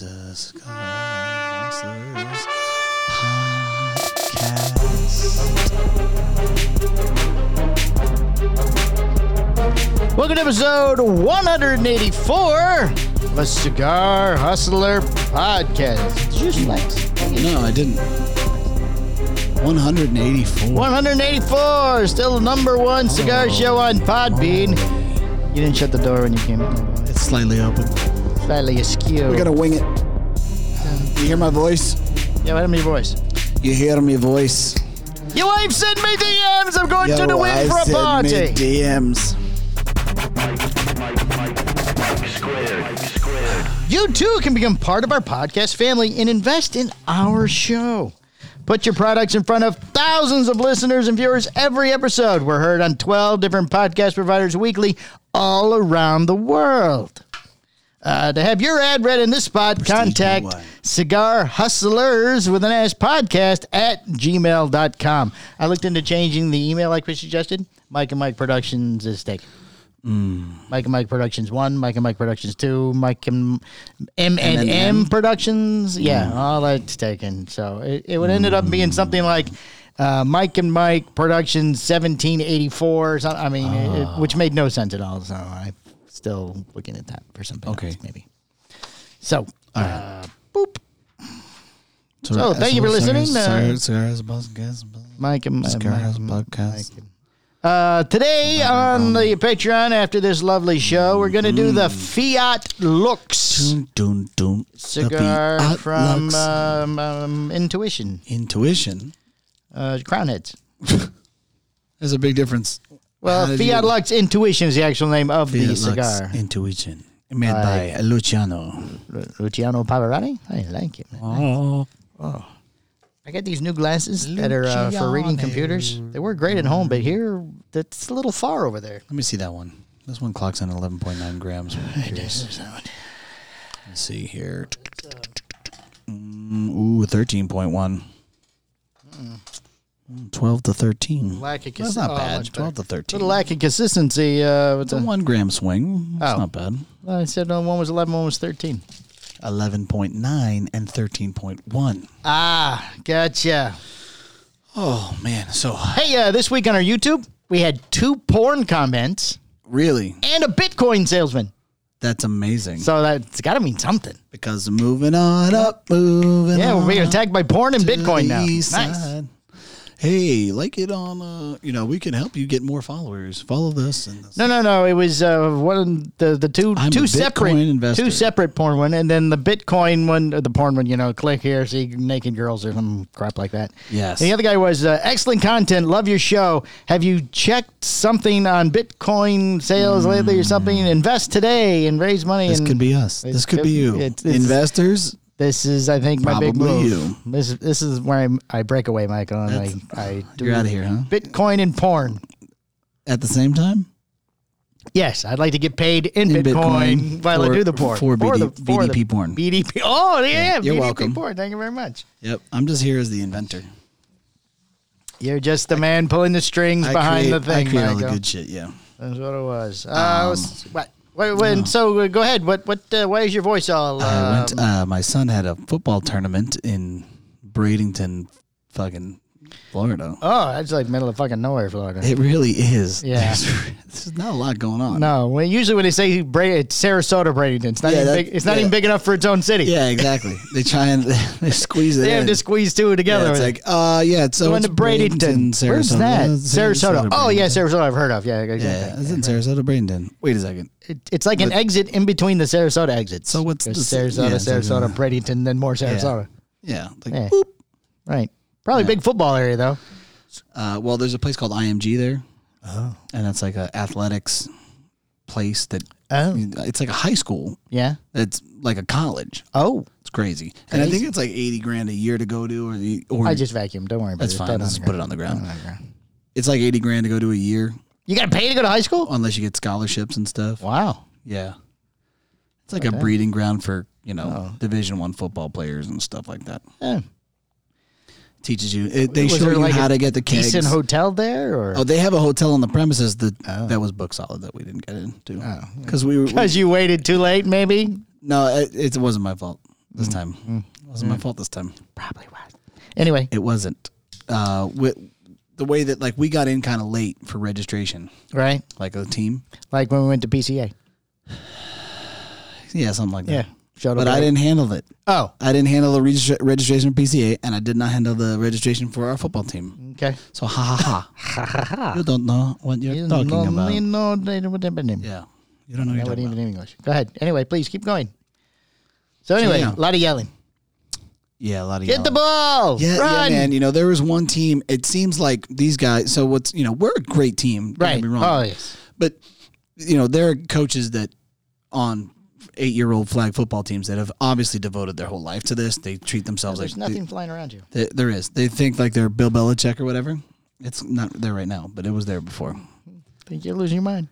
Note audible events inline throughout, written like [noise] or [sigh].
Cause Causes Podcast. Welcome to episode 184 of a Cigar Hustler Podcast. Did you just flex? No, I didn't. 184. 184, still the number one cigar show on Podbean. You didn't shut the door when you came in. It's slightly open. Slightly askew. We gotta wing it. You hear my voice? yeah, what happened to your voice? You hear me voice? Your wife sent me DMs. I'm going to Yo, the wind I for a send party. me DMs. You too can become part of our podcast family and invest in our show. Put your products in front of thousands of listeners and viewers every episode. We're heard on 12 different podcast providers weekly all around the world. Uh, to have your ad read in this spot, contact one. Cigar Hustlers with an S podcast at gmail.com. I looked into changing the email like we suggested. Mike and Mike Productions is taken. Mike and Mike Productions one, Mike and Mike Productions two, Mike and M and M Mm. M&M. Productions. Yeah, all that's taken. So it, it would ended up being something like uh, Mike and Mike Productions seventeen eighty four. I mean, it- it- which made no sense at all. So I'm still looking at that for something. Okay. else, maybe. So, uh, boop. So, So, thank you for listening, Sorry, uh, sorry, podcast. Mike and Mike. Cigar House Mike- podcast. Uh, today on the Patreon, after this lovely show, we're going to do the Fiat Lux. Doom, doom, doom. The cigar beat from outlooks. um, um, Intuition, Intuition. uh, Crown Heads. There's a big difference. Well, How did Fiat you- Lux Intuition is the actual name of Fiat the Lux cigar. Intuition. Made by Luciano. Lu- Luciano Pavarotti. I like it. man. Oh. I got these new glasses that are uh, for reading Luciano. computers. They were great at home, but here that's a little far over there. Let me see that one. This one clocks in 11.9 [laughs] grams. I'm curious. Let's see here. Mm, ooh, 13.1. Mm, 12 to 13. Lack of That's consi- not oh, bad. much 12 to 13. Little lack of consistency. Uh, with It's a the, one gram swing. It's Oh. not bad. I said uh, one was eleven, one was thirteen. 11.9 and 13.1. Ah, gotcha. Oh, man. So, Hey, uh, this week on our YouTube, we had two porn comments really, and a Bitcoin salesman. that's amazing. So that's got to mean something. because moving on up, moving Yeah, we're on being attacked by porn and to Bitcoin the now. east Nice. side. Hey, like it on, uh, you know, we can help you get more followers. Follow this and this. No, no, no. It was uh, one of the the 2 I'm a two Bitcoin separate investor. two separate porn one, and then the Bitcoin one, or the porn one. You know, click here, see naked girls or some crap like that. Yes. And the other guy was uh, excellent content. Love your show. Have you checked something on Bitcoin sales lately or something? Invest today and raise money. Mm. This and could be us. it This could could- be you. it's- it's- Investors, This is, I think, my big Probably move. you. This this is where I'm, I break away, Michael, and That's- I I do you're out of here, huh? Bitcoin and porn. At the same time, Yes, I'd like to get paid in, In Bitcoin, Bitcoin while I for- do the porn. for the, BD BDP porn. BDP. Oh, yeah, you're BDP welcome. porn. Thank you very much. yep. I'm just here as the inventor. You're just the man pulling the strings I behind create, the thing, I create all Michael. the good Um, shit. Yeah. That's what it was. Uh, I was- what? What, what- So uh, go ahead. What? What? Uh, why is your voice all? I Uh, went. Uh, my son had a football tournament in Bradenton, fucking Florida. oh, that's like middle of fucking nowhere, Florida. It really is. Yeah. There's, [laughs] there's not a lot going on. no, when, usually when they say Bra- it's Sarasota, Bradenton, it's not Yeah, even that- big. It's not yeah. even big enough for its own city. Yeah, exactly. they try and [laughs] they squeeze it They have in. to squeeze two Yeah, together. it's with- like, uh, yeah, it's, so Going it's to Bradenton. Bradenton, Sarasota. Where's that? Sarasota. Oh, yeah, Bradenton. Sarasota. I've heard of. Yeah, exactly. Yeah, it's in Sarasota, Bradenton. Wait a second. It, it's like an exit in between the Sarasota exits. So what's There's the- Sarasota, yeah, it's like Sarasota, a- Bradenton, then more Sarasota. Yeah, like, Yeah. boop. Right. Probably big football area though. Uh, well, there's a place called IMG there. Oh. And that's like a athletics place that Oh it's like a high school. yeah. It's like a college. Oh, It's crazy. And I Crazy. think it's like 80 grand a year to go to or the or I just vacuumed. Don't worry about that's it. fine. Don't Let's underground. put it on the ground. Underground. It's like 80 grand to go to a year You got to pay to go to high school. unless you get scholarships and stuff. Wow. Yeah. It's like a breeding ground for, you know, Oh. division 1 football players and stuff like that. Yeah. Teaches you it, they Was show there you like how a to get the kegs. Decent hotel there, or Oh, they have a hotel on the premises that Oh. that was book solid that we [laughs] didn't get into. Cuz we were we- because you waited too late, maybe. No, it, it wasn't my fault. Mm, this time. It wasn't my fault this time. Probably was. Anyway, It wasn't. Uh, with the way that like we got in kind of late for registration, right? like a team. Like when we went to PCA. Yeah, something like that. Yeah. Showed up but I late. didn't handle it. Oh, I didn't handle the registra- registration for PCA, and I did not handle the registration for our football team. okay. So ha [laughs] ha ha. you don't know what you're talking about. You know, they don't- they don't- yeah, you don't know. What I you're wouldn't talking even about. in English. Go ahead. Anyway, please keep going. So anyway, yeah. a lot of yelling. Yeah, a lot of Get yelling. the ball. Yeah, yeah, Run. man. You know, there was one team. It seems like these guys. So what's you know, we're a great team. Don't Right. Get me wrong. Oh yes. But you know, there are coaches that on eight-year-old flag football teams that have obviously devoted their whole life to this. They treat themselves There's like nothing flying around you. th- there is. They think like they're Bill Belichick or whatever. It's not there right now, but it was there before. Think you're losing your mind.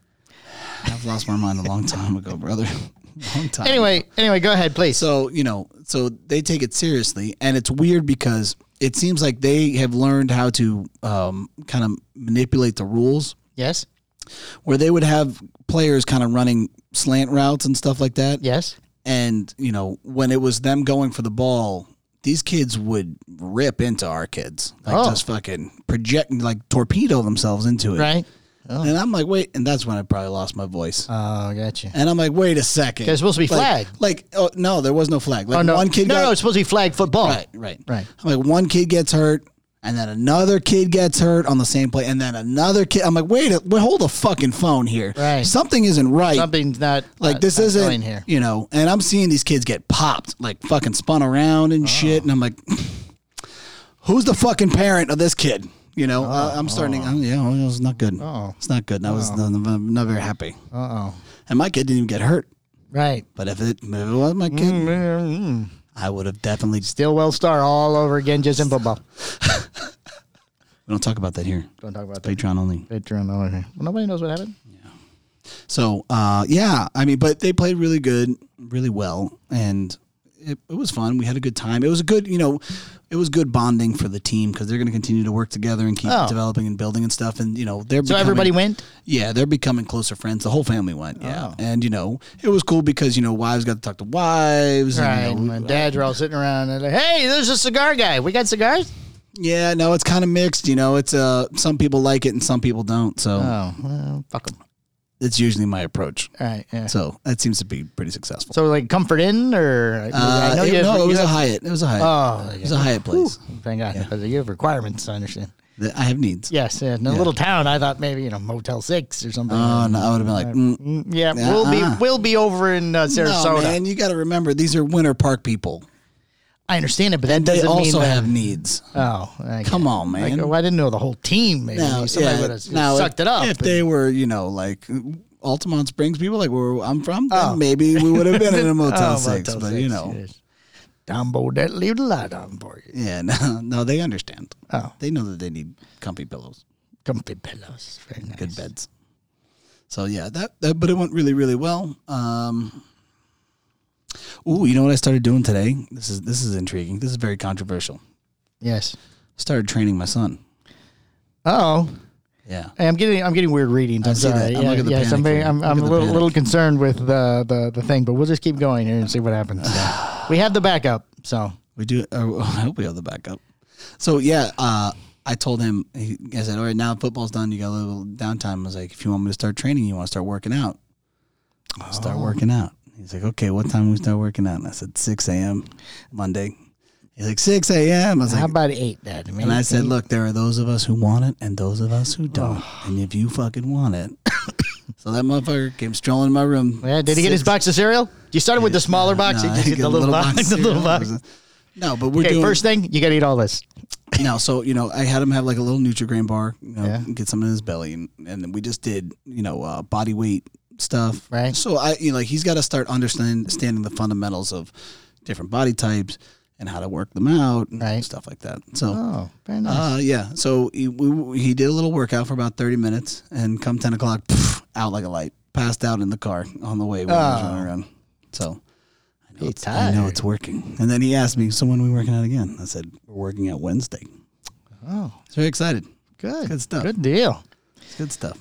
I've lost my mind a long time ago, brother. [laughs] long time. Anyway, anyway, go ahead, please. So, you know, so they take it seriously. And it's weird because it seems like they have learned how to um, kind of manipulate the rules yes. where they would have players kind of running slant routes and stuff like that. Yes. And, you know, when it was them going for the ball, these kids would rip into our kids. Like Oh. just fucking project, like torpedo themselves into it. Right. And I'm like, wait. And that's when I probably lost my voice. Oh, gotcha. And I'm like, wait a second. 'Cause it's supposed to be like, flag. Like, oh no, there was no flag. Like Oh no. one kid no, got no, it's supposed to be flag football. right, right, Right. I'm like, one kid gets hurt, and then another kid gets hurt on the same play, and then another kid. I'm like, wait, a, wait hold the fucking phone here. Right. Something isn't right. Something's not like not- this not isn't, going [laughs] here. you know. And I'm seeing these kids get popped, like fucking spun around Oh. and shit. And I'm like, who's the fucking parent of this kid? You know, uh, I'm starting. to- yeah, well, it's not good. Oh. It's not good. I was I'm not very happy. Uh oh. And my kid didn't even get hurt. Right. But if it, if it was my Mm. kid, I would have definitely. Stillwell Star all over again, just in football. We don't talk about that here. Don't talk about that. Patreon only. Patreon all over here. Well, nobody knows what happened. So, uh, yeah, I mean, but they played really good, really well, and it, it was fun. We had a good time. It was a good, you know, it was good bonding for the team because they're going to continue to work together and keep Oh. developing and building and stuff. And you know, they're So becoming- everybody went. Yeah, they're becoming closer friends. The whole family went. Oh. Yeah, and you know, it was cool because you know, wives got to talk to wives. Right. And, you know, And my dads were all sitting around and like, hey, there's a cigar guy. We got cigars? Yeah, no, it's kind of mixed. You know, it's uh, some people like it and some people don't. So Oh, well, fuck them. it's usually my approach. All right. Yeah. So, So that seems to be pretty successful. like Comfort Inn or? Uh, I know it- you have- no, it you was a have- Hyatt. It was a Hyatt. Oh, it was a Hyatt place. Thank God. Because you have requirements, I understand. That- I have needs. Yes. yeah, In a little town, I thought maybe, you know, Motel 6 or something. Oh, no, I would have been like, mm, Mm, yeah. We'll be Uh-uh. we'll be over in uh, no, Sarasota. man, you got to remember these are Winter Park people. I understand it, but that They doesn't mean also that. have needs. Oh, I Come get it. on, Like, man. oh, I didn't know the whole team. Maybe Now, somebody yeah, would have now, sucked it up. If they were, you know, like Altamont Springs people, like where I'm from, then maybe we would have been in a Motel [laughs] Oh, Six. Motel but Six, you know, yes. Dumbo that leave the light on for you. yeah, [laughs] no, no, they understand. Oh, They know that they need comfy pillows. comfy pillows. Very nice. good beds. So yeah, that, that but it went really really well. Um, ooh, you know what I started doing today? This is this is intriguing. This is very controversial. Yes. Started training my son. Oh, Yeah. I'm getting I'm getting weird readings. I'm see that. sorry. I'm Yeah, looking at the yes, I'm panic very here. I'm, Look I'm at a the little panic. little concerned with the, the the thing, but we'll just keep going here and see what happens. we have the backup, so We do. Uh, [laughs] I hope we have the backup. So yeah, uh, I told him. He, I said, "All right, now football's done. You got a little downtime." I was like, "If you want me to start training, you want to start working out. Start working out." He's like, "Okay, what time we start working out?" And I said, "6 a.m. Monday." He's like, "6 a.m." I was how like, about eight, Dad? I mean, And I said, look, there are those of us who want it and those of us who don't. And if you fucking want it. [coughs] so that motherfucker came strolling in my room. yeah, did he get his Six- box of cereal? You started with the smaller box. Nah, you just he got get the a little, box. [laughs] The little box. No, but we're Okay, doing first thing you got to eat all this. no. So you know, I had him have like a little Nutrigrain bar, you know, Yeah. get some in his belly, and, and we just did you know uh, body weight stuff. Right. So I you know like he's got to start understanding understanding the fundamentals of different body types and how to work them out and Right. stuff like that. So Oh, very nice. Uh, yeah. So he, we, he did a little workout for about 30 minutes and come 10 o'clock, pff, out like a light. Passed out in the car on the way when he was Oh. running around. So I know, it's, I know it's working. And then he asked me, so when are we working out again? I said, we're working out Wednesday. Oh. He's very excited. Good. Good stuff. Good deal. uh, It's good stuff.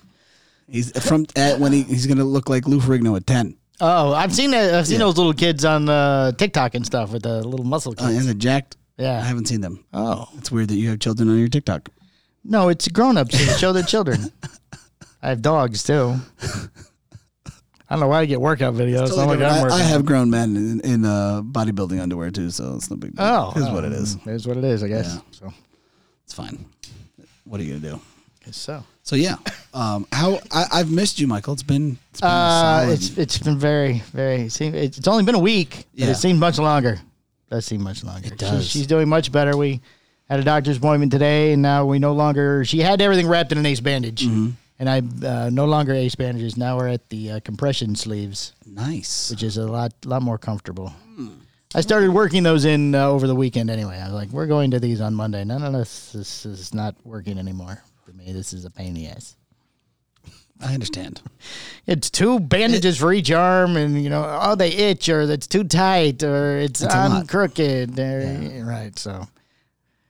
He's from at when he, he's going to look like Lou Ferrigno at 10. Oh, I've seen that. I've seen Yeah. those little kids on uh, TikTok and stuff with the little muscle Uh, kids. is it jacked? Yeah. I haven't seen them. Oh It's weird that you have children on your TikTok. no, it's grown ups who show their [laughs] children. I have dogs too. I don't know why I get workout videos. It's not like I'm I, working. I have grown men in, in uh, bodybuilding underwear too, so it's no big deal. oh, is oh, what it is. It's what it is, I guess. Yeah. So, It's fine. What are you gonna do? guess so. So yeah, um, how I, I've missed you, Michael. It's been, it's been Uh, solid. it's it's been very very. it seem- It's it's only been a week. but Yeah. It seemed much longer. That seemed much longer. It does. She's, doing much better. We had a doctor's appointment today, and now we no longer. She had everything wrapped in an ace bandage, Mm-hmm. and I uh, no longer ace bandages. Now we're at the uh, compression sleeves, nice. which is a lot lot more comfortable. Hmm. I started working those in uh, over the weekend anyway. I was like, we're going to these on Monday. No, no, no, this, this is not working anymore for me. This is a pain in the ass. I understand. It's two bandages for each arm, and you know, oh, they itch, or it's too tight, or it's a lot. I'm crooked. or- Right. So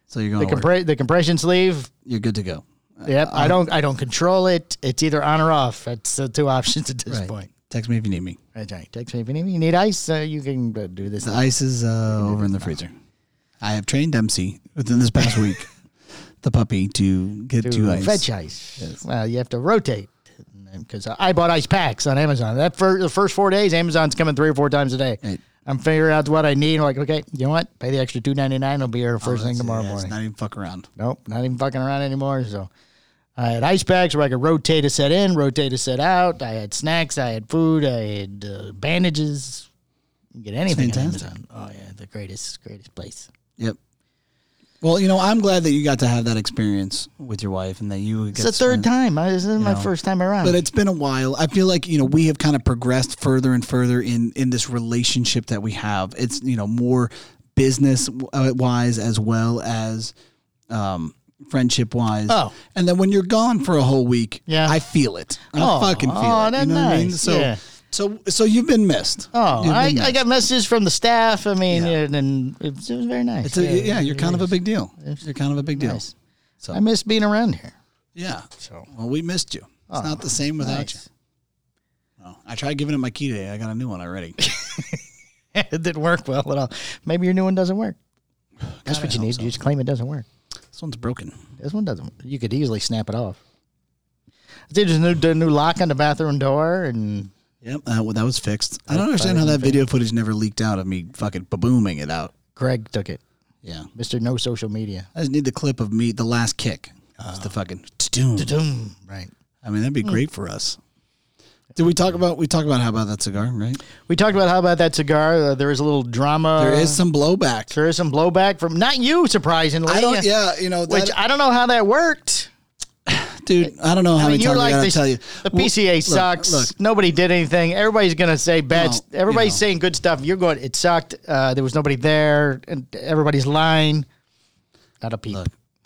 So you're the going. to work. Uh, compre- the compression sleeve. You're good to go. Yep. I don't. I don't control it. It's either on or off. That's the two options at this Right. point. Text me if you need me. That's right. Text me if you need, you need ice. Uh, you can uh, do this. The ice is uh, over in the freezer. I have trained Dempsey within this past week, [laughs] the puppy, to get Do to ice. Fetch ice. Well, you have to rotate because I bought ice packs on Amazon. That for the first four days, Amazon's coming three or four times a day. Right. I'm figuring out what I need. like, okay, you know what? Pay the extra two ninety nine. It'll be here first thing Yeah, tomorrow it's morning. Not even fuck around. Nope, not even fucking around anymore. So I had ice packs where I could rotate a set in, rotate a set out. I had snacks, I had food, I had uh, bandages. You can get anything on fantastic. Amazon. Oh yeah, the greatest, greatest place. Yep. Well, you know, I'm glad that you got to have that experience with your wife, and that you. It's the third time. I, this is my know, first time around. But it's been a while. I feel like you know we have kind of progressed further and further in in this relationship that we have. It's you know more business uh, wise as well as um, friendship wise. Oh. and then when you're gone for a whole week, Yeah. I feel it. Oh, I fucking feel oh, it. that's you know what I mean? nice. So Yeah. so so you've been missed. oh, You've I, been I missed. got messages from the staff. I mean, Yeah. and, and it, was, it was very nice. It's a, yeah, you're kind of a big deal. You're kind of a big deal. Nice. So I miss being around here. yeah. So Well, we missed you. It's not the same without you. Oh, nice. Oh, I tried giving him my key today. I got a new one [laughs] already. it didn't work well at all. Maybe your new one doesn't work. That's God, what I you hope need. so. You just claim it doesn't work. This one's broken. This one doesn't. You could easily snap it off. I did a new, the new lock on the bathroom door, and Yep, uh, well, that was fixed. I don't understand how that video footage never leaked out of me fucking booming it out. Greg took it. Yeah, Mister No Social Media. I just need the clip of me, the last kick, just the fucking. t-doom. Doom. Right. I mean, Hmm. that'd be great for us. Did we talk about we talked about how about that cigar? Right, We talked about how about that cigar. Uh, there was a little drama. there is some blowback. There is some blowback from not you, surprisingly. I don't. Yeah, you know, Which that, I don't know how that worked. dude, I don't know how I mean, many you're times I like gotta the, tell you. the Well, PCA look, sucks. Look, Nobody did anything. Everybody's gonna say bad. No, st- everybody's you know. saying good stuff. You're going. It sucked. Uh, there was nobody there, and everybody's lying. Not a peep.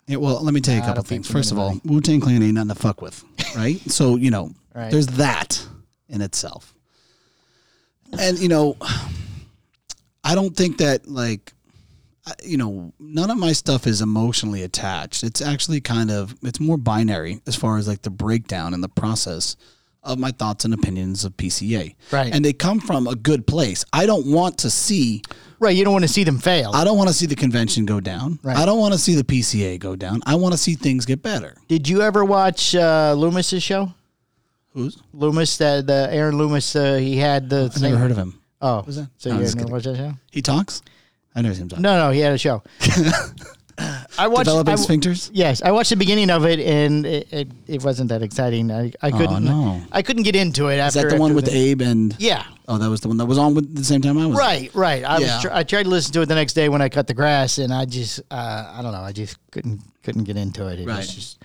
Yeah, well, let me tell you a I couple don't things. think from First of all, Wu Tang Clan ain't nothing to fuck [laughs] with, right? so you know, Right. there's that in itself, and you know, I don't think that like, I- you know, none of my stuff is emotionally attached. It's actually kind of it's more binary as far as like the breakdown and the process of my thoughts and opinions of PCA, Right. And they come from a good place. I don't want to see Right. You don't want to see them fail. I don't want to see the convention go down. Right. I don't want to see the PCA go down. I want to see things get better. Did you ever watch uh, Loomis's show? Who's? Loomis, the, the Aaron Loomis, uh, he had the I've thing. never heard of him. Oh, was that? so No, I'm you just didn't watch that show? He talks. I never seen him talk. No, no, he had [laughs] a show. I watched. Developing I, sphincters. yes, I watched the beginning of it, and it, it, it wasn't that exciting. I, I couldn't. no. I couldn't get into it. Is that the one with Abe and? Yeah. Oh, that was the one that was on with the same time I was. Right, right. I Yeah. was. Tr- I tried to listen to it the next day when I cut the grass, and I just, uh, I don't know, I just couldn't, couldn't get into it. It Right. was just,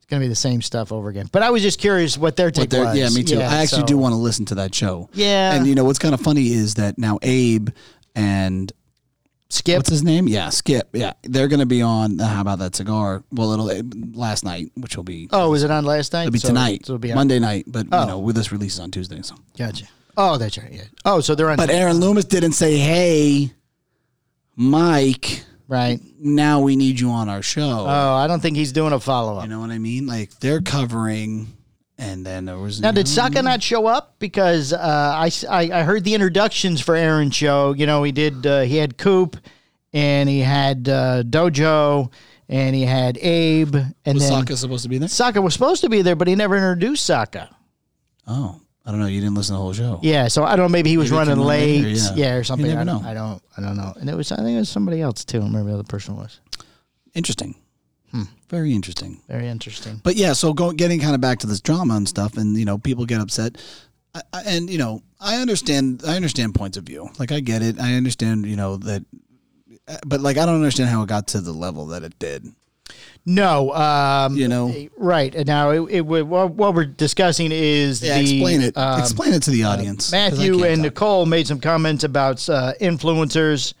it's gonna be the same stuff over again. But I was just curious what their take But there- was. yeah, me too. I actually so- do want to listen to that show. Yeah. And you know what's kind of funny is that now Abe and skip. what's his name? Yeah, Skip. Yeah, they're going to be on. uh, How about that cigar? Well, it'll uh, last night, which will be. Oh, was it on last night? It'll be So tonight, so it'll be Oh. on. Monday night, but you know, with this release is on Tuesday, so Gotcha. Oh, that's right. Yeah. Oh, so they're on. But Aaron Loomis didn't say, "Hey, Mike, right. now we need you on our show." Uh, Oh, I don't think he's doing a follow up. you know what I mean? Like they're covering And then there was Now, did Saka not show up? Because uh, I, s- I- I heard the introductions for Aaron's show. You know, he did. Uh, he had Coop, and he had uh, Dojo, and he had Abe, and was then Sokka supposed to be there? Saka was supposed to be there, but he never introduced Saka. Oh, I don't know. You didn't listen to the whole show. Yeah, so I don't know. Maybe he was Maybe it running came on late. later, yeah. yeah. or something. never I don't, know. I don't. I don't know. And it was. I think it was somebody else too. I don't remember who the other person was. Interesting. Hmm. Very interesting. Very interesting. But yeah, so go, getting kind of back to this drama and stuff, and you know, people get upset, I, I, and you know, I understand. I understand points of view. Like I get it. I understand. You know that, but like I don't understand how it got to the level that it did. No. Um, You know. Right and now, it, it would- what, what we're discussing is Yeah, the explain it. um, explain it to the audience. 'cause I uh, Matthew can't and talk. Nicole made some comments about uh, influencers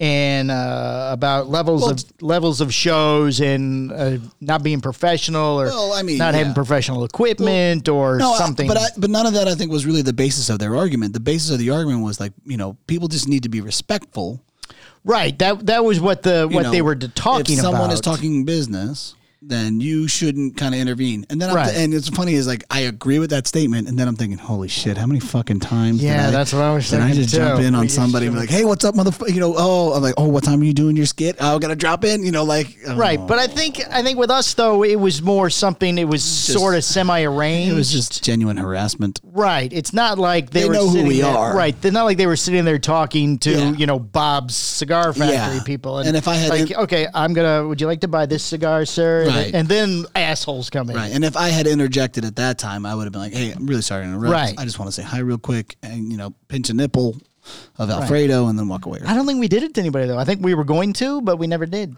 and uh, about levels of levels of shows and uh, not being professional or Well, I mean, not having yeah. professional equipment or No, I- something. but I, but none of that I think was really the basis of their argument. The basis of the argument was like you know people just need to be respectful. right. That that was what the you what they know, were d- talking if someone about. is talking business then you shouldn't kind of intervene and then I'm Right. and it's funny is like i agree with that statement and then i'm thinking holy shit how many fucking times did Yeah, I- that's what I was did i thinking just jump too. in We on just somebody and be like hey what's up motherfucker you know oh i'm like oh what time are you doing your skit oh, i'm gonna drop in you know like oh. Right, but I think I think with us though it was more something. It was sort of semi arranged. it was just genuine harassment Right. It's not like they, They were know who sitting we there, are. Right. They're not like they were sitting there talking to Yeah. you know Bob's cigar factory Yeah. people. And if I had like, in- okay, I'm gonna. Would you like to buy this cigar, sir? And- Right. And, then assholes come in. Right. And if I had interjected at that time, I would have been like, hey, I'm really sorry to interrupt. Right. I just want to say hi real quick and, you know, pinch a nipple of Alfredo and then walk away. I don't think we did it to anybody though. I think we were going to, but we never did.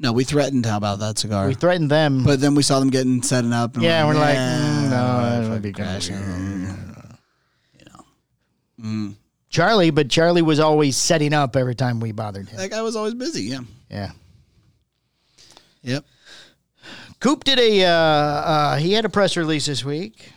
No, we threatened how about that cigar. We threatened them. But then we saw them getting set it up. And yeah, we're like, "Nah, mm, no, that would be crash." crashing. Charlie, but Charlie was always setting up every time we bothered him. That guy was always busy. Yeah. Yeah. Yep. Coop did a uh, uh, he had a press release this week.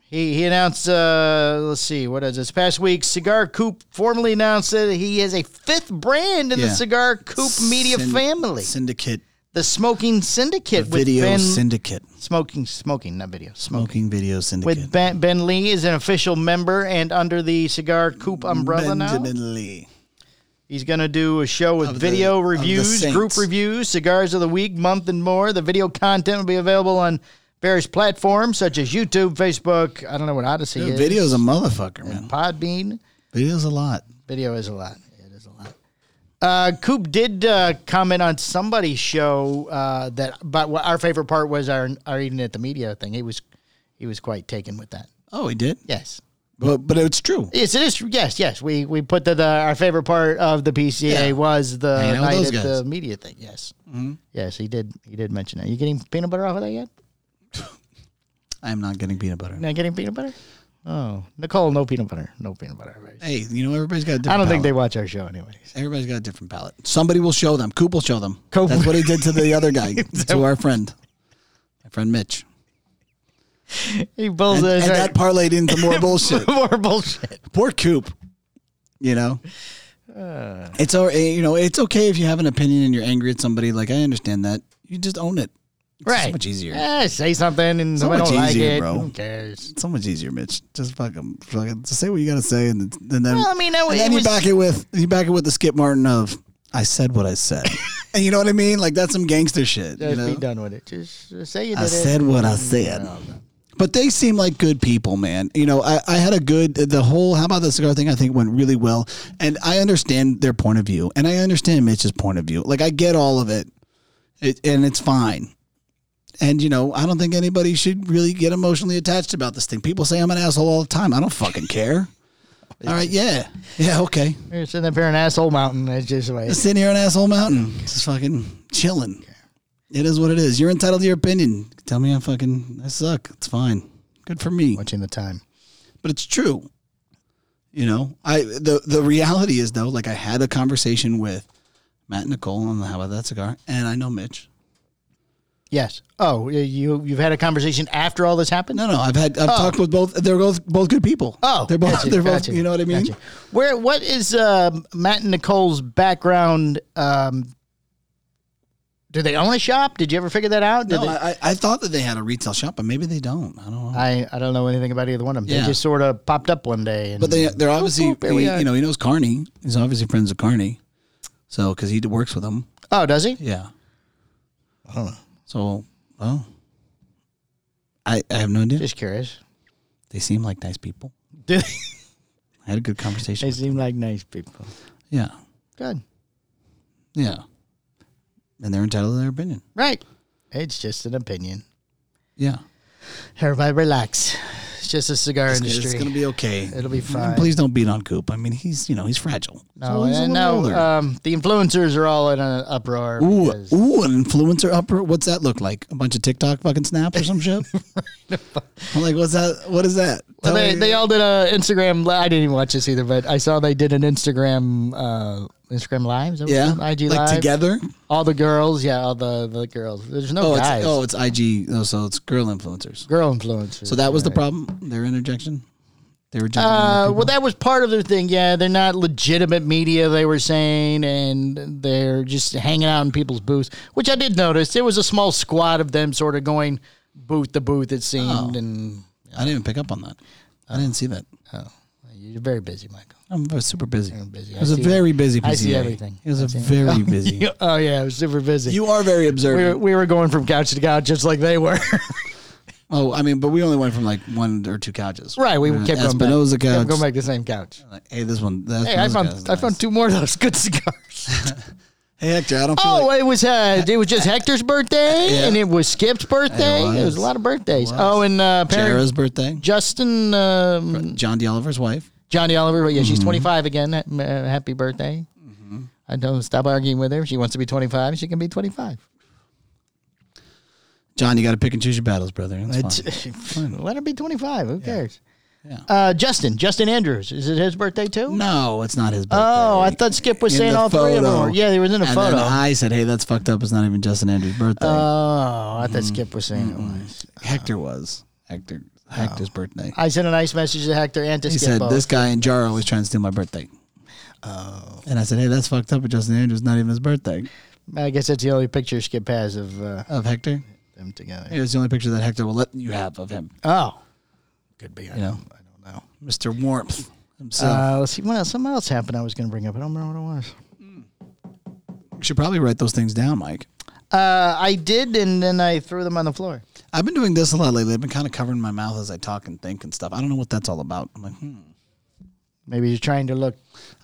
He he announced uh, let's see what is this past week cigar Coop formally announced that he is a fifth brand in the Yeah. cigar Coop media Syn- family, Syndicate. the Smoking Syndicate with Video Ben syndicate. smoking smoking not video smoking. Smoking video syndicate. With ben, ben Lee is an official member and under the Cigar Coop umbrella now. Benjamin Lee. He's going to do a show with Of the- video of the reviews, Saints. group reviews, cigars of the week, month, and more. The video content will be available on various platforms such as YouTube, Facebook. I don't know what Odyssey Dude, is. video's a motherfucker, man. Podbean. Video's a lot. Video is a lot. It is a lot. Uh, Coop did uh, comment on somebody's show uh, that, but what our favorite part was our our eating at the media thing. He was he was quite taken with that. Oh, he did? Yes. But, but it's true. Yes, it is. Yes, yes. We we put that uh, our favorite part of the PCA Yeah. was the Hanging out with night at those the guys. Mm-hmm. media thing. Yes, yes. He did. He did mention that. You getting peanut butter off of that yet? I am not getting peanut butter. Not getting peanut butter. Oh, Nicole, no peanut butter. No peanut butter. Hey, you know, everybody's got a different I don't palate. think they watch our show anyways. Everybody's got a different palate. Somebody will show them. Coop will show them. Coop- That's what he did to [laughs] the other guy, to our friend, my friend Mitch. He pulls And, this and that right- parlayed into more [laughs] bullshit. more bullshit. Poor Coop. You know, Uh. it's all eh, you know. It's okay if you have an opinion and you're angry at somebody. Like I understand that. You just own it. It's Right. Uh, So much easier. Yeah, say something and So if I much don't like easier, it, bro. who cares? It's so much easier, Mitch. Just fuck 'em. Fuck it. Just say what you gotta say, and, then- and then Well, I mean, that and was- then it you was- back it with you back it with the Skip Martin of I said what I [laughs] said, and you know what I mean. Like that's some gangster shit. you Just know? be done with it. Just, just say you did I it. said what I said. But they seem like good people, man. You know, I, I had a good the whole how about the cigar thing I think went really well. And I understand their point of view. And I understand Mitch's point of view. Like I get all of it. it and it's fine. And you know, I don't think anybody should really get emotionally attached about this thing. People say I'm an asshole all the time. I don't fucking [laughs] care. all right, yeah. Yeah, okay. You're sitting up here in asshole mountain. It's just like Just sitting here on asshole Mm. mountain. Just fucking chilling. It is what it is. You're entitled to your opinion. Tell me I fucking I suck. It's fine. Good for me. watching the time. but it's true. You know, I the the reality is though, like I had a conversation with Matt and Nicole on the How About That Cigar, and I know Mitch. Yes. Oh, you you've had a conversation after all this happened. No, no, I've had I've talked with both. They're both both good people. Oh, they're both gotcha, they're gotcha, both. You know what I mean? gotcha. Where what is uh, Matt and Nicole's background um, Do they own a shop? Did you ever figure that out? Did No, they, I, I- I thought that they had a retail shop, but maybe they don't. I don't know. I, I don't know anything about either one of them. Yeah. They just sort of popped up one day. And, but they uh, they're obviously boop, here Oh, we he- are. you know he knows Carney. He's obviously friends with Carney, so because he works with him. oh, does he? Yeah. I don't know. So well, I I have no idea. Just curious. [laughs] They seem like nice people. Do they, I had a good conversation. they seem like nice people. Yeah, Good. yeah. And they're entitled to their opinion. Right. It's just an opinion. Yeah. Everybody relax. It's just a cigar It's- industry. It's gonna be okay. [laughs] It'll be And fine. please don't beat on Coop. I mean, he's you know he's fragile. No, So he's a uh, little no. older. Um, the influencers are all in an uproar. Ooh, because- ooh, an influencer upper. What's that look like? A bunch of TikTok fucking snaps or some [laughs] shit? I'm like, what's that? What is that? Well, Tell they, me- they all did a Instagram. li- I didn't even watch this either, but I saw they did an Instagram uh, Instagram live. Is that what yeah, it's called? IG like live. together. All the girls, yeah, all the, the girls. There's no Oh, it's, guys. oh, it's IG. Oh, so it's girl influencers. girl influencers. So that was the right. problem. Their interjection. They were judging. other Uh, people? well, that was part of their thing. Yeah, they're not legitimate media. They were saying, and they're just hanging out in people's booths, which I did notice. It was a small squad of them, sort of going booth to booth. It Oh. seemed, and I didn't even pick up on that. I didn't see that. oh, you're very busy, Michael. I'm v- super busy. busy. It I was a see- very busy PCA. I see everything. It was a very [laughs] busy. Oh yeah, I was super busy. You are very we, were, observant. we were going from couch to couch just like they were. [laughs] Oh, I mean, but we only went from like one or two couches. right, we were kept at going Espinosa back. Kept Uh, couch. Uh, going back to the same couch. Like, hey, this one. That's Hey, I found I found two more of those good [laughs] cigars. Hey, Hector, I don't feel Oh, like. it was uh, it was just Hector's birthday, [laughs] Yeah. and it was Skip's birthday. It was, was. a lot of birthdays. It was. Oh, and uh, parents, Jara's birthday. Justin, um, John D. Oliver's wife. Johnny Oliver. Yeah, Mm-hmm. she's twenty five again. Ha- uh, happy birthday! I don't stop arguing with her. If She wants to be twenty five. She can be twenty five. John, you got to pick and choose your battles, brother. That's fine. [laughs] Let her be twenty five. Who cares? Yeah. Uh, Justin, Justin Andrews. Is it his birthday too? No, it's not his birthday. Oh, I thought Skip was In saying the all three of them. photo. were- Yeah, they was in a and photo. then I said, hey, that's fucked up. It's not even Justin Andrews' birthday. oh, I thought Skip was saying it was. Hector was. Hector. Hector's birthday. Oh. I sent a nice message to Hector and to He Skip. said, both. this guy in Jar always trying to steal my birthday. Oh. And I said, hey, that's fucked up. But Justin Andrews, not even his birthday. I guess that's the only picture Skip has of uh, Of Hector? them together. It was the only picture that Hector will let you have of him. Oh, could be. I, know. don't, I don't know. Mr. Warmth himself. Uh, let's see what else. Something else happened. I was going to bring up. I don't remember what it was. you should probably write those things down, Mike. Uh, I did, and then I threw them on the floor. I've been doing this a lot lately. I've been kind of covering my mouth as I talk and think and stuff. I don't know what that's all about. I'm like, hmm. Maybe you're trying to look.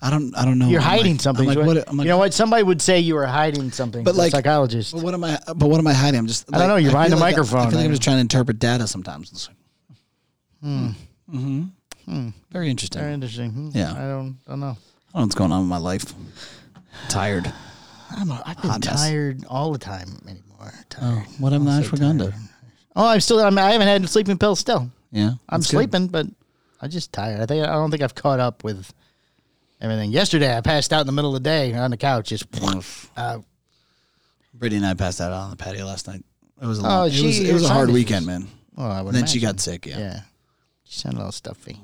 I don't, I don't know. You're I'm hiding like- something. I'm like, what, I'm like, you know what? Somebody would say you were hiding something. But the like- psychologist. But what am I? But what am I hiding? I'm just. I don't know, you're feel behind the like I- I, microphone, eh? feel like I- I'm just trying to interpret data sometimes. It's like, hmm. Mm-hmm. Very interesting. Very I don't interesting. Hmm, Yeah. I don't. don't know. know what's going on with my life. tired. I'm a, I've been Hot mess. tired all the time anymore. Oh, Tired. what happened I'm to so ashwagandha? tired. Oh, I'm still. I'm, I haven't had a sleeping pill still. Yeah, I'm that's good. sleeping, but I'm just tired. I think I don't think I've caught up with everything. Yesterday, I passed out in the middle of the day on the [laughs] couch. Just Oof. uh, Brittany and I passed out on the patio last night. It was a Oh, long, it she- was, it her was a son hard is- weekend, man. well, I would And then she imagine. got sick. Yeah. yeah, she sounded a little stuffy.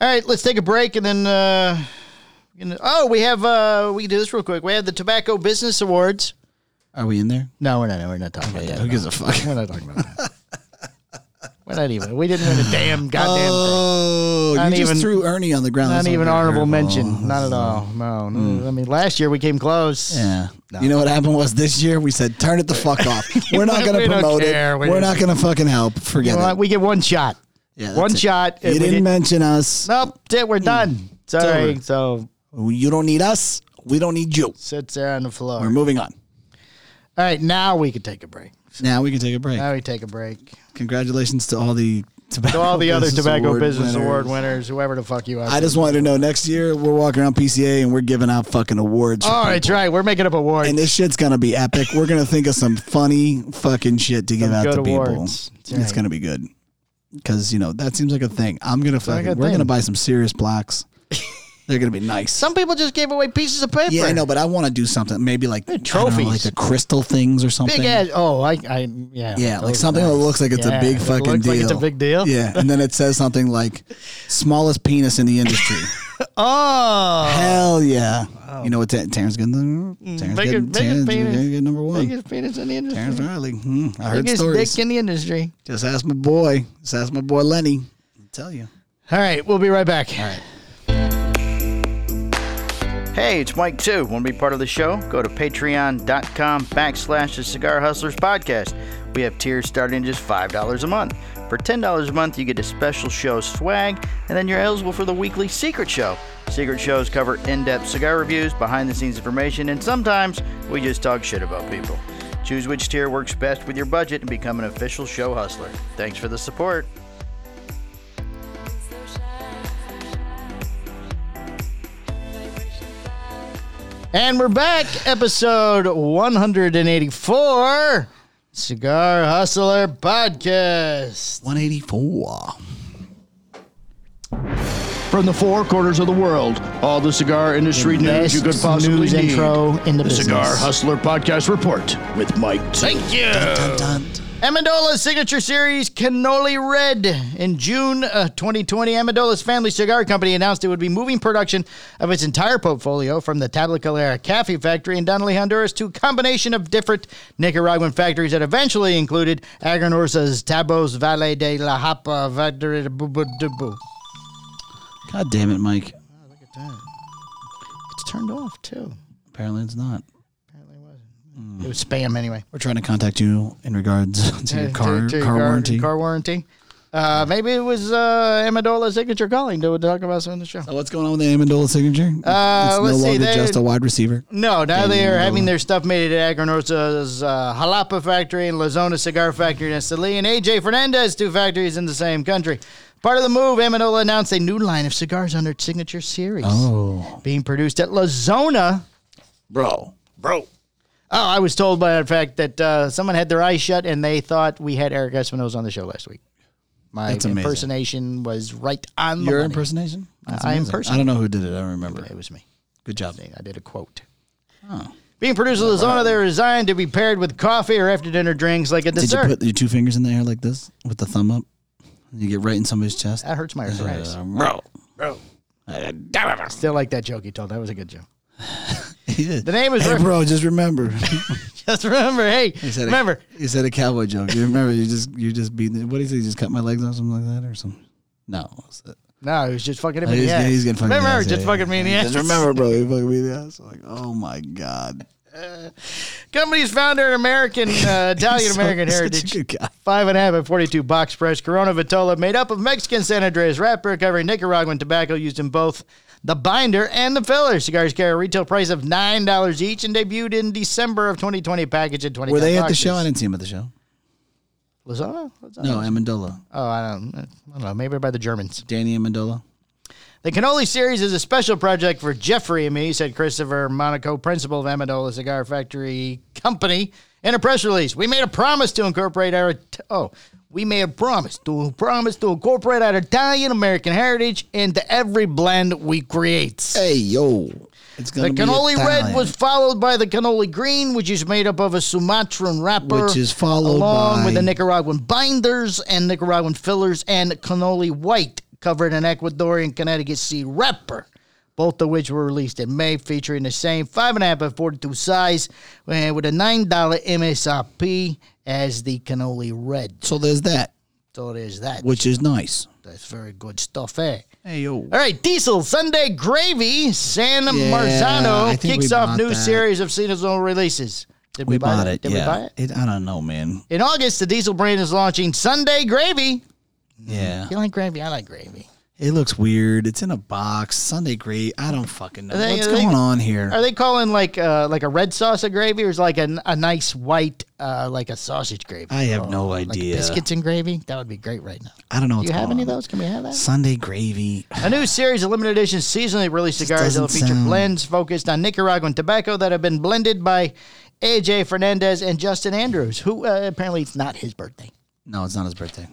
All right, let's take a break and then. Uh, we're gonna- oh, we have uh, we can do this real quick. We have the Tobacco Business Awards. Are we in there? No, we're not. We're not talking about Yeah. that. Who gives a fuck? We're not talking about that. [laughs] We're not even. We didn't win a damn goddamn thing. Oh, Not you just even- threw Ernie on the ground. Not That's even very honorable hurtful. mention. Not at all. No, no. I mean, last year we came close. Yeah. You know what happened was this year we said turn it the fuck off. [laughs] We're not going We to don't promote it. care. We We're just- not going to fucking help. Forget Well, it. we get one shot. Yeah, that's one it. shot. You and we didn't mention us. nope. That's it. We're done. Sorry. over. So You don't need us. We don't need you. sits there on the floor. We're moving on. All right. Now we can take a break. Now we can take a break. Now we take a break. Congratulations to all the tobacco. To all the other Business tobacco Award business winners. award winners, whoever the fuck you are. I just wanted to know next year we're walking around PCA and we're giving out fucking awards. oh, that's right. We're making up awards. And this shit's gonna be epic. We're gonna think of some funny fucking shit to give out good to people. awards. That's It's right. gonna be good. Cause you know, that seems like a thing. I'm gonna fucking like a we're thing. gonna buy some serious [laughs] blocks. They're gonna be nice. Some people just gave away pieces of paper. Yeah, I know, but I wanna do something. Maybe like I don't know, trophies. like the crystal things or something. Big ass. Oh, I, I, yeah. Yeah, like those are something that nice. looks like it's Yeah, a big it fucking looks deal. Like it's a big deal. Yeah, and then it says something [laughs] like "smallest penis in the industry." Oh, Hell yeah! Wow. Mm, You know what? Ta- Terrence good. Terrence Biggest- good. biggest Terrence penis. good number one. biggest penis in the industry. Terrence Riley. Hmm, I heard biggest stories. dick in the industry. Just ask my boy. Just ask my boy Lenny. I'll tell you. All right, we'll be right back. All right. Hey, it's Mike too. Want to be part of the show? Go to patreon.com backslash the Cigar Hustlers podcast. We have tiers starting at just $5 a month. For $10 a month, you get a special show swag, and then you're eligible for the weekly secret show. Secret shows cover in depth cigar reviews, behind the scenes information, and sometimes we just talk shit about people. Choose which tier works best with your budget and become an official show hustler. Thanks for the support. And we're back, episode 184 Cigar Hustler Podcast. 184. From the four corners of the world, all the cigar industry The news you best could possibly news need. intro in the business. Cigar Hustler Podcast Report with Mike. Thank you. Dun, dun. Amendola's signature series, Cannoli Red. In June uh, 2020, Amendola's family cigar company announced it would be moving production of its entire portfolio from the Tabacalera Cafe factory in Donnelly, Honduras, to a combination of different Nicaraguan factories that eventually included Agronorsa's Tabos Valle de la Japa factory. de Bu- Bu- Du- Bu. God damn it, Mike. It's turned off, too. Apparently it's not. Apparently it wasn't. It was spam anyway. We're trying to contact you in regards [laughs] to your car, to your car warranty. Car warranty. Uh, maybe it was uh, Amendola's signature calling to talk about some of the show. So Uh, what's going on with the Amendola signature? Uh, it's no let's see, longer they- just a wide receiver. No, now they are Daniel. having their stuff made at Agronorsa's uh, Jalapa factory and La Zona cigar factory in Esteli and AJ Fernandez, two factories in the same country. Part of the move, Amendola announced a new line of cigars under its signature series Oh, being produced at La Zona. bro. Oh, I was told by in fact that uh, someone had their eyes shut and they thought we had Eric Espinosa on the show last week. My That's amazing. impersonation was right on the Your money. impersonation? That's I amazing. impersonate. I don't know who did it. I don't remember. it was me. Good job. thing. I did a quote. Oh. Being produced in Arizona, they're designed to be paired with coffee or after dinner drinks like a Did you dessert. put your two fingers in the air like this with the thumb up? You get right in somebody's chest. that hurts my arthritis. Uh, bro. Still like that joke you told. That was a good joke. [laughs] [laughs] the name is Hey, Rick. bro, just [laughs] remember. Just remember, hey, He said remember, A, he said a cowboy joke. You remember? You just you just beat. the- What did he say? You just cut my legs off, something like that, or something. No. what was it? no, he was just fucking him in Oh, He's, the ass. he's gonna fucking remember, ass, just yeah, fucking yeah. me in the ass. Just remember, bro. He fucking me in the ass. Like, oh my [laughs] god. Company's founder and American, uh, Italian [laughs] American He's so- heritage. Such a good guy. Five and a half by 42 box press Corona Vitola made up of Mexican San Andreas wrapper covering Nicaraguan tobacco used in both the binder and the filler. Cigars carry a retail price of $9 each and debuted in December of 2020, packaged in 20 Were they at the show? I didn't see him at the show. Lozano? Lozano? No, Amendola. Oh, I don't, I don't know. Maybe by the Germans. Danny Amendola. The Cannoli series is a special project for Jeffrey and me, said Christopher Monaco, principal of Amendola Cigar Factory Company, in a press release. We made a promise to incorporate our oh, we made a promise to promise to incorporate our Italian American heritage into every blend we create. Hey yo, it's The gonna be cannoli red Italian. was followed by the cannoli green, which is made up of a Sumatran wrapper, Which is followed along by- with the Nicaraguan binders and Nicaraguan fillers, and cannoli white covered in Ecuadorian Connecticut seed wrapper. Both of which were released in May, featuring the same five and a half by forty-two size, and with a nine dollar MSRP as the cannoli red. So there's that, So there's that. which is nice. That's very good stuff, eh? Hey yo. All right, Diesel Sunday Gravy San I Marzano think kicks we off bought new that. series of seasonal releases. Did we, We buy bought that? it. Did yeah. we buy it? I don't know, man. In August, the Diesel brand is launching Sunday Gravy. Yeah. You like gravy? I like gravy. It looks weird. It's in a box. Sunday great. I don't fucking know. they- What's are they- going on here? Are they calling like uh, like a red sauce a gravy, or is like a, a nice white uh, like a sausage gravy? I have no Oh, like idea. biscuits and gravy. That would be great right now. I don't know. Do What's you have going any of on. those? Can we have that? Sunday gravy. A new series of limited edition seasonally released cigars that will doesn't feature sound- blends focused on Nicaraguan tobacco that have been blended by AJ Fernandez and Justin Andrews, who uh, apparently it's not his birthday. No, it's not his birthday.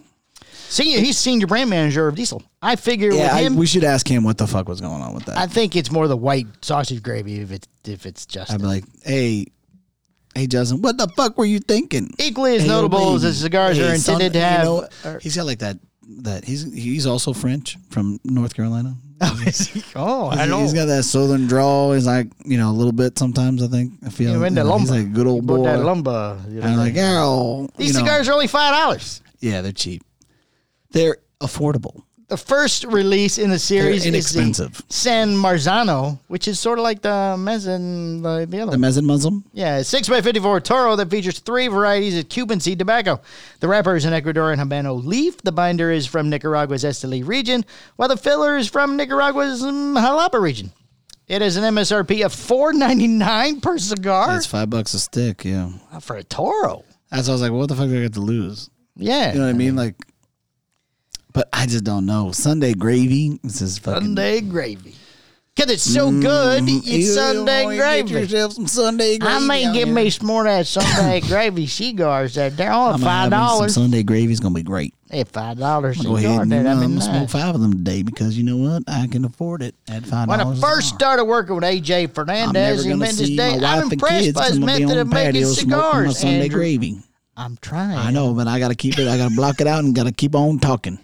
Senior, he's senior brand manager of Diesel. I figure Yeah, with I, him, we should ask him what the fuck was going on with that. I think it's more the white sausage gravy if it's if it's I'd Justin. be like, hey, hey, Justin, what the fuck were you thinking? Equally as notable as the cigars are intended to have. he's got like that that he's he's also French from North Carolina. Oh, [laughs] is he? Oh, I know. He's got that southern drawl. He's like you know a little bit sometimes. I think I feel You went to know, he's Lumber. like a good old Bought boy. that And lumber. you know. I'm like oh, These you know. cigars are only five dollars. Yeah, they're cheap. They're affordable. The first release in the series They're is the inexpensive. San Marzano, which is sort of like the Mezzan, the, the other The Mezzan Muslim. Yeah, it's 6x54 Toro that features three varieties of Cuban seed tobacco. The wrapper is an Ecuadorian Habano leaf. The binder is from Nicaragua's Esteli region, while the filler is from Nicaragua's um, Jalapa region. It is an MSRP of $4.99 per cigar It's five bucks a stick. Yeah, for a Toro. that's why I was like, what the fuck do I got to lose? Yeah. You know what I mean? Like, but I just don't know. Sunday gravy. This is fucking. Sunday gravy. Because it's so good, Mm, it's You wanna Sunday get gravy. yourself some Sunday gravy. I may out give here. me some more of that Sunday gravy cigars that they're only I'm five having some dollars. Sunday gravy's gonna be great. If five dollars Go ahead cigar, and you that know, I I'm gonna mean, smoke five of them today because you know what? I can afford it at five When dollars. I a first cigar. started working with AJ Fernandez, he I'm never meant gonna his see day. my wife I'm and impressed kids. by his I'm gonna be method on of the making patio smoking my cigars. Sunday Andrew. gravy. I'm trying. I know, but I gotta keep it. I gotta block it out and gotta keep on talking.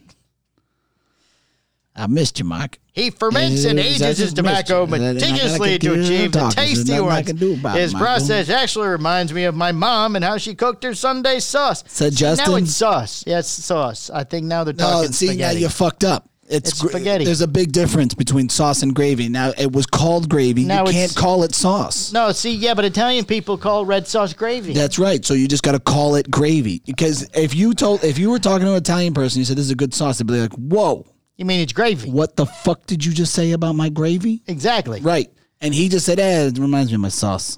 I missed you, Mike. He ferments and Yeah, ages that's his just tobacco mystery. That- that- I gotta meticulously get to good at achieve the talking. There's tasty nothing I ones. can do about it, His Michael. process actually reminds me of my mom and how she cooked her Sunday sauce. So, See, now Justin- it's sauce. Yes, sauce. I think now they're No, talking see, spaghetti. now you're fucked up. It's, It's gr- spaghetti. There's a big difference between sauce and gravy. Now it was called gravy. Now you it's- can't call it sauce. no, see, yeah, but Italian people call red sauce gravy. That's right. So you just got to call it gravy because if you told if you were talking to an Italian person, you said this is a good sauce, they'd be like, "Whoa, you mean it's gravy? what the fuck did you just say about my gravy?" Exactly. Right. And he just said, "Eh, it reminds me of my sauce."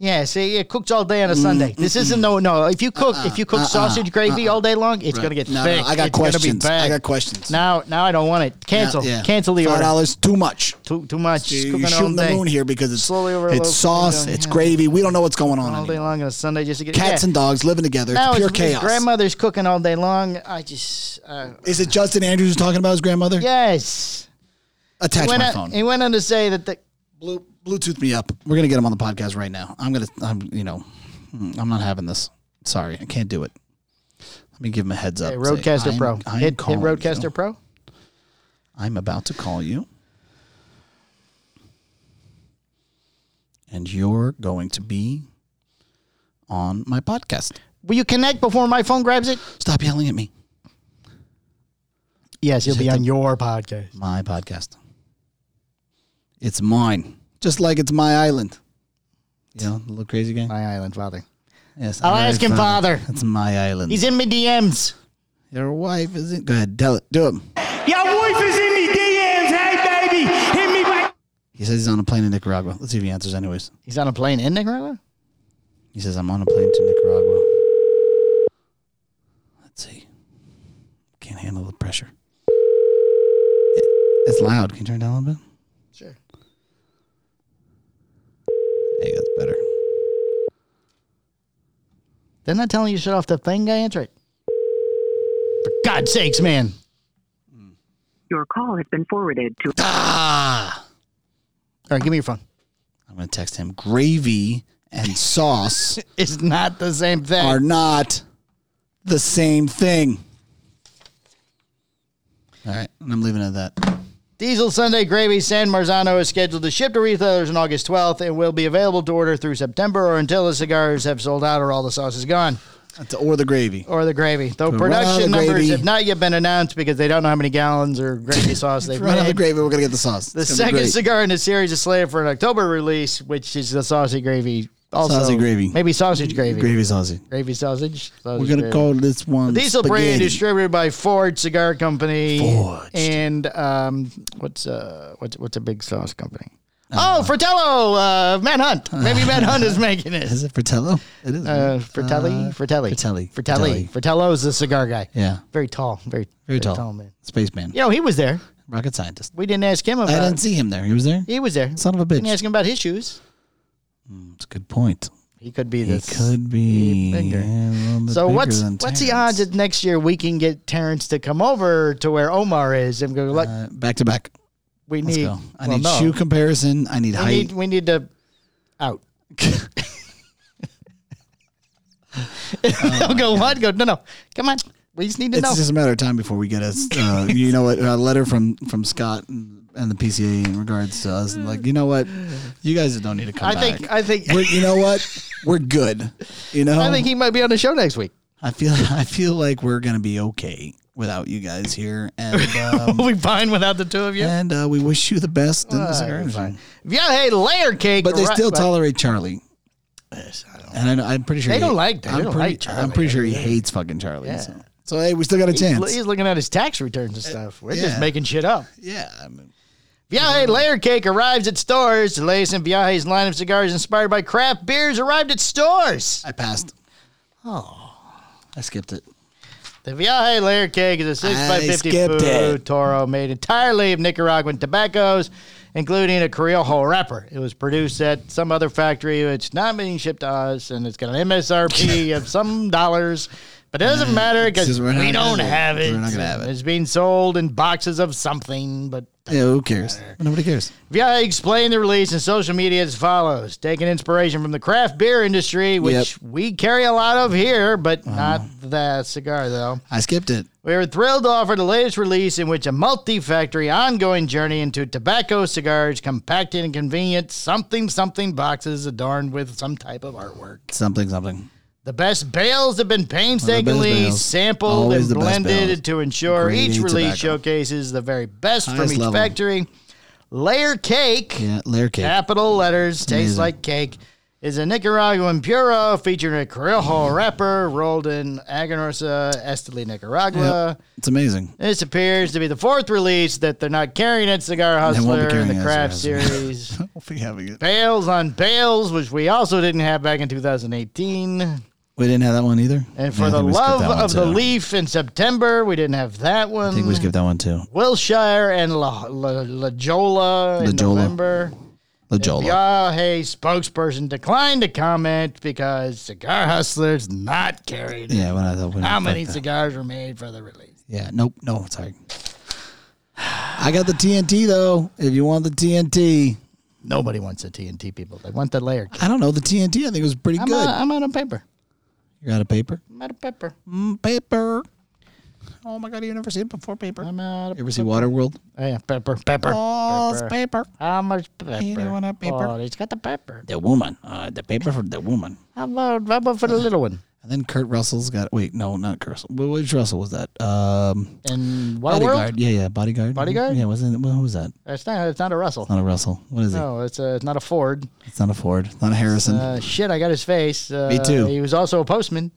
Yeah, see, it cooks all day on a Mm, Sunday. This isn't no, no. If you cook, if you cook sausage gravy all day long, it's gonna get Uh-uh. No, thick. no, I got It's gonna be questions. I bad. got questions. Now, now I don't want it. Cancel, Yeah, yeah. cancel the Five order. dollars too much. Too, too much. You- Just You're cooking all shooting the day, moon here because it's Slowly over a it's little- sauce, yeah. it's gravy. We don't know what's going on. all anymore. day long on a Sunday just to get Cats yeah. and dogs living together. now it's pure his- his chaos. grandmother's cooking all day long. I just uh, Is it Justin Andrews who's talking about his grandmother? yes. Attach He went, my on, phone. he went on to say that the Blu- Bluetooth me up. We're gonna get him on the podcast right now. I'm gonna. I'm. You know. mm, I'm not having this. Sorry, I can't do it. Let me give him a heads up. hey, and say, Roadcaster I'm- Pro I'm hit, hit calling Roadcaster you. Pro. I'm about to call you, and you're going to be on my podcast. Will you connect before my phone grabs it? Stop yelling at me. Yes, he'll be hit on your podcast. My podcast. It's mine, just like it's my island. You know, the little crazy guy. My island father. Yes, I'll all right, ask him, Father. That's my island. He's in my DMs. Your wife isn't. Go ahead, tell it. Do him. Your wife is in me DMs, hey baby, hit me back. He says he's on a plane to Nicaragua. Let's see if he answers, anyways. He's on a plane in Nicaragua. He says, I'm on a plane to Nicaragua. Let's see. Can't handle the pressure. It- it's loud. Can you turn it down a little bit? Sure. Hey, that's better. They're not telling you to shut off the thing guy answer it. For God's sakes, man. Your call has been forwarded to All right, give me your phone. I'm going to text him. Gravy and [laughs] sauce It's not the same thing. are not the same thing. All right. And I'm leaving it at that. Diesel Sunday Gravy San Marzano is scheduled to ship to retailers on August 12th and will be available to order through September or until the cigars have sold out or all the sauce is gone That's- Or the gravy. or the gravy. Though Run out of production the numbers gravy. have not yet been announced because they don't know how many gallons or [laughs] gravy sauce they've Run out of the made. gravy. We're going to get the sauce. The second cigar in the series is slated for an October release, which is the sausage gravy. Also, Sausage gravy. Maybe sausage gravy. gravy sauce. Gravy sausage. sausage We're gonna gravy. call this one Diesel brand spaghetti. distributed by Ford Cigar Company. Forged. And um, what's uh what's what's a big sauce company? Oh, Fratello, uh, Matt Hunt. [laughs] Maybe Matt Hunt is making it. Is it Fratello? It is. Uh, right? Fratelli, Uh, Fratelli, Fratelli, Fratelli. Fratelli. Fratello is the cigar guy. yeah, Very tall, very very tall. man. Spaceman, You know, he was there. rocket scientist. We didn't ask him about. I didn't see him there. He was there. He was there. Son of a bitch. Didn't ask him about his shoes. That's a good point. He could be He this. could be. bigger. yeah, a little bit So bigger what's than what's the odds Terrence. that next year we can get Terrence to come over to where Omar is and go look? Uh, back to back. we Let's need. go. I well, need no. shoe comparison. I need We height. need we need to [laughs] out. [laughs] They'll go what? Go no no. Come on. We just need to Oh, It's know. just a matter of time before we get a, [laughs] uh, you know what, a letter from from Scott and, and the PCA in regards to us. And like, you know what, you guys don't need to come I back. think. I think. We're, you know what, we're good. You know, I think he might be on the show next week. I feel [laughs] I feel like we're gonna be okay without you guys here, and um, We'll be fine without the two of you. and uh, we wish you the best. in the Uh, cigar we're industry. fine. If y'all hate layer cake, But they right- still but- tolerate Charlie, Yes, I don't- and I know, I'm pretty sure They he- don't like- they I'm don't pretty, like Charlie. I'm pretty sure he hates fucking Charlie. Yeah. So. so, hey, we still got a He's, chance. he's looking at his tax returns and stuff. We're just yeah. making shit up. yeah, I mean, Viaje Layer Cake arrives at stores. The latest in Viaje's line of cigars inspired by craft beers arrived at stores. I passed. Oh, I skipped it. The Viaje Layer Cake is a 6 I by 50 skipped food it. toro made entirely of Nicaraguan tobaccos, including a Criollo wrapper. It was produced at some other factory. It's not being shipped to us, and it's got [laughs] an MSRP of some dollars. But it doesn't matter because Mm, just we're not we don't gonna have have it. it. We're not gonna have it. It's being sold in boxes of something, but Yeah, who cares? Nobody cares. VI explained the release in social media as follows taking inspiration from the craft beer industry, which we carry a lot of here, but Uh-huh. not the cigar, though. I skipped it. We were thrilled to offer the latest release in which a multi factory ongoing journey into tobacco cigars, compacted and convenient, something something boxes adorned with some type of artwork. Something, something. The best bales have been painstakingly bales. sampled Always the and best blended bales. to ensure Grade each A release tobacco. showcases the very best from Highest each level. factory. Layer cake Yeah, layer cake. capital letters, tastes amazing. like cake, is a Nicaraguan puro featuring a Mm. Corojo wrapper rolled in Aganorsa Esteli, Nicaragua. It's amazing. This appears to be the fourth release that they're not carrying at Cigar They won't be Hustler in carrying the it at craft Cigar [laughs] series. We'll be having it. Bales on Bales, which we also didn't have back in 2018. We didn't have that one either. And for Yeah, I the think we skipped love that one of the too. leaf in September, we didn't have that one. I think we skipped that one too. Wilshire and La, La, La Jolla in La Jolla. November. The Jola. Yahey spokesperson declined to comment because Cigar Hustler's not carried it. Yeah, when I thought when How fuck many [laughs] that. cigars were made for the release? Yeah, nope, no, sorry. I got the TNT though. If you want the TNT, Nobody wants the TNT people. They want the layer cake. I don't know the TNT. I think it was pretty I'm, good. Out, I'm out of paper. You're out of paper. I'm out of paper. Mm, paper. Oh my god, you never seen it before. Paper. I'm out of You ever see Waterworld? oh, yeah, pepper. Pepper. Oh, it's paper. Pepper. How much pepper? don't want a pepper? Oh, he's got the pepper. The woman. Uh, the paper for the woman. How about, how about for the little one? And then Kurt Russell's got. Wait, no, not Kurt. Russell. Wh- Which Russell was that? Um, And what bodyguard. world? Yeah, yeah, bodyguard. Bodyguard? Yeah, wasn't. Well, who was that? It's not, it's not a Russell. Not a Russell. What is No, it's, a, it's not a Ford. it? It's not a Ford. Not a Harrison. Uh, shit, I got his face. Uh, Me too. He was also a postman,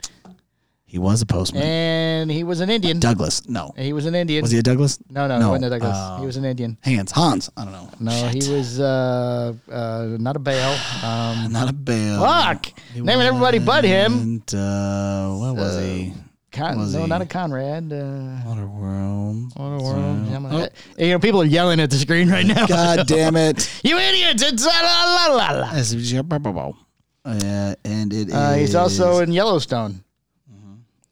he was a postman. and he was an Indian. Douglas. No. He was an Indian. Was he a Douglas? No, no, No, he wasn't a Douglas. uh, he was an Indian. Hans. Hans. I don't know. No, Shit. he was uh, uh, not a Bale. Um, not a Bale. fuck! Naming everybody but him. And uh, what was he? Con- was no, he? not a Conrad. Uh, Waterworld. yeah, I'm gonna- You know, people are yelling at the screen right now. Oh. God damn it! [laughs] You idiots! It's la la la la la. Uh, and it Uh, he's is- also in Yellowstone.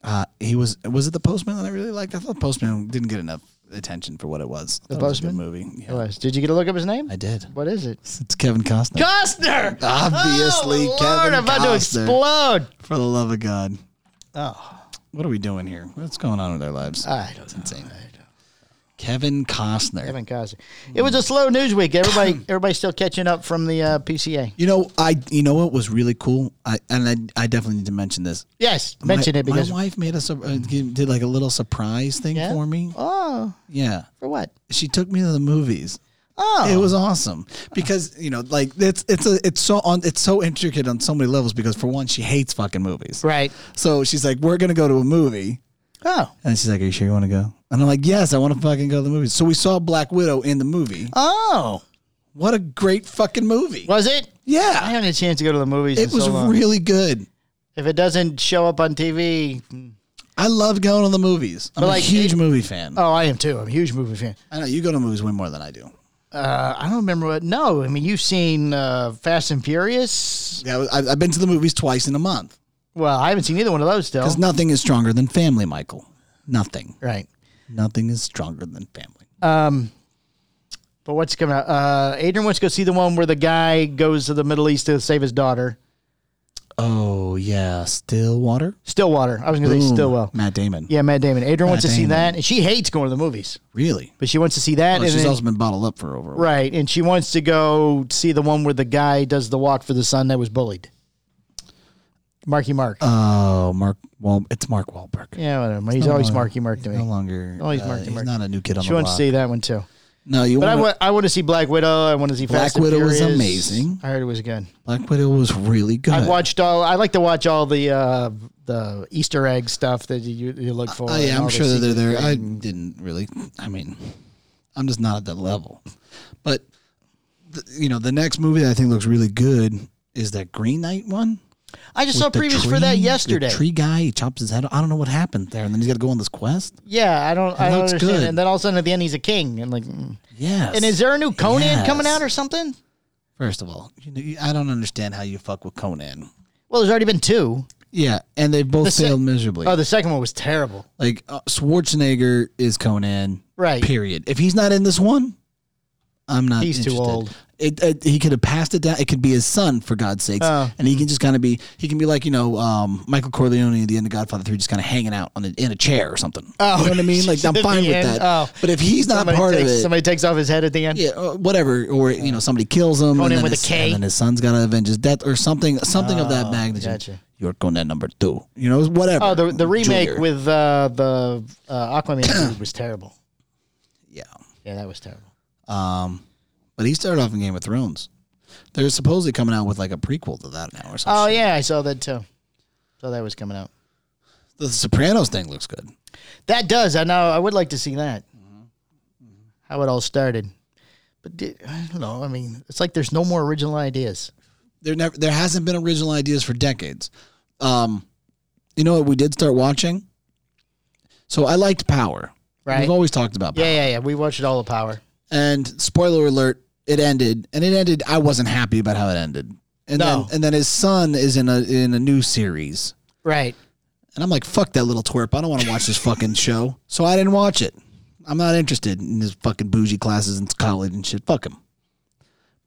uh, he was was it the Postman that I really liked? I thought the Postman didn't get enough attention for what it was. The Postman? movie. Yeah, It was. Did you get a look up his name? I did. What is it? It's Kevin Costner. Costner. Obviously, oh, Lord, Kevin I'm about to Costner. explode. For the love of God! What are we doing here? What's going on with our lives? Oh. I don't insane. Kevin Costner. Kevin Costner. It was a slow news week. Everybody, [clears throat] everybody's still catching up from the uh, PCA. You know, I you know what was really cool. I and I, I definitely need to mention this. Yes, mention my, it because my wife made us a, uh, did like a little surprise thing Yeah? for me. oh, Yeah, for what? she took me to the movies. Oh, It was awesome because you know, like it's it's a it's so on it's so intricate on so many levels. Because for one, she hates fucking movies. right. So she's like, "We're gonna go to a movie," Oh, and she's like, "Are you sure you want to go?" And I'm like, "Yes, I want to fucking go to the movies." So we saw Black Widow in the movie. oh, What a great fucking movie! was it? I Yeah, haven't had a chance to go to the movies. it in was so long. really good. If it doesn't show up on TV, I love going to the movies. I'm a But, like, huge it- movie fan. oh, I am too. I'm a huge movie fan. I know you go to movies way more than I do. Uh, I don't remember what. No, I mean you've seen uh, Fast and Furious. Yeah, I- I've been to the movies twice in a month Well, I haven't seen either one of those still. because nothing is stronger than family, Michael. Nothing. right. Nothing is stronger than family. But what's coming out? Uh, Adrian wants to go see the one where the guy goes to the Middle East to save his daughter. Oh yeah, Stillwater. Stillwater. I was going to say Boom. Stillwell. Matt Damon. Yeah, Matt Damon. Oh, Adrian wants to Matt see Damon. that, and she hates going to the movies, Really? but she wants to see that. Well, and she's then- also been bottled up for over. a while. right, and she wants to go see the one where the guy does the walk for the son that was bullied. Marky Mark. Oh, Mark. Well, it's Mark Wahlberg. yeah, whatever. He's no always longer- Marky Mark to No me. longer. uh, Oh, he's Marky he's Mark. not a new kid on She the block. wants to see that one too. No, you. But I wanna- want I want to see Black Widow. I want to see Fast and Black Widow was Furious. amazing. I heard it was good. Black Widow was really good. I watched all. I like to watch all the uh, the Easter egg stuff that you, you look for. Oh, and yeah, I'm all sure the that they're there. secret I thing. didn't really. I mean, I'm just not at that level. But th- you know, the next movie that I think looks really good is that Green Knight one. I just with saw the previews for tree- that yesterday. The tree guy he chops his head. off. I don't know what happened there, and then he's got to go on this quest. Yeah, I don't. I don't looks understand. good. And then all of a sudden at the end he's a king and like. mm. Yes. And is there a new Conan Yes. coming out or something? First of all, you know, you- I don't understand how you fuck with Conan. Well, there's already been two. Yeah, and they both The se- failed miserably. Oh, the second one was terrible. like uh, Schwarzenegger is Conan. Right. Period. If he's not in this one, I'm not. He's too interested. old. It, it, he could have passed it down. It could be his son, for God's sakes, Oh. and he can just kind of be. He can be like you know um, Michael Corleone at the end of Godfather Three, just kind of hanging out on a, in a chair or something. Oh. you know what I mean? [laughs] Like I'm At fine the with end, that. oh. But if he's not somebody part takes, of it, Somebody takes off his head at the end. yeah, or whatever, or you know somebody kills him, Conan and then with a his, K. Oh, and then his son's got to avenge his death, or something, something of that magnitude. gotcha. You're Conan number two, you know, whatever. Oh, the the remake Junior. with uh, the [clears throat] uh, Aquaman dude was terrible. yeah. Yeah, that was terrible. Um, but he started off in Game of Thrones. They're supposedly coming out with like a prequel to that now or something. Oh yeah, I saw that too. So that was coming out. The Sopranos thing looks good. That does. I know. I would like to see that. Mm-hmm. How it all started. But di- I don't know. I mean, it's like there's no more original ideas. There never there hasn't been original ideas for decades. Um, you know what we did start watching? So I liked Power. Right. We've always talked about Power. Yeah, yeah, yeah. We watched all the power. And spoiler alert, it ended. And it ended I wasn't happy about how it ended. And No. then and then his son is in a in a new series. Right. And I'm like, fuck that little twerp. I don't want to watch this fucking show. So I didn't watch it. I'm not interested in his fucking bougie classes and college and shit. Fuck him.